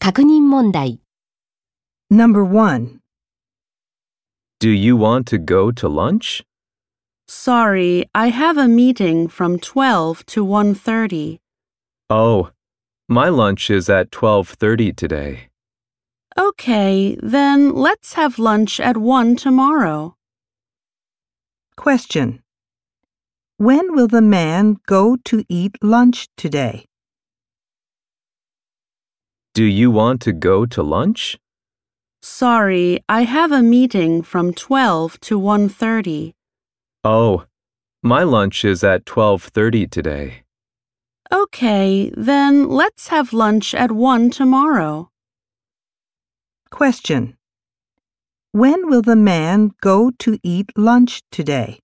確認問題 Number 1. Do you want to go to lunch? Sorry, I have a meeting from 12 to 1:30. Oh, my lunch is at 12:30 today. Okay, then let's have lunch at 1 tomorrow. Question. When will the man go to eat lunch today? Do you want to go to lunch? Sorry, I have a meeting from 12 to 1:30. Oh, my lunch is at 12:30 today. Okay, then let's have lunch at 1 tomorrow. Question. When will the man go to eat lunch today?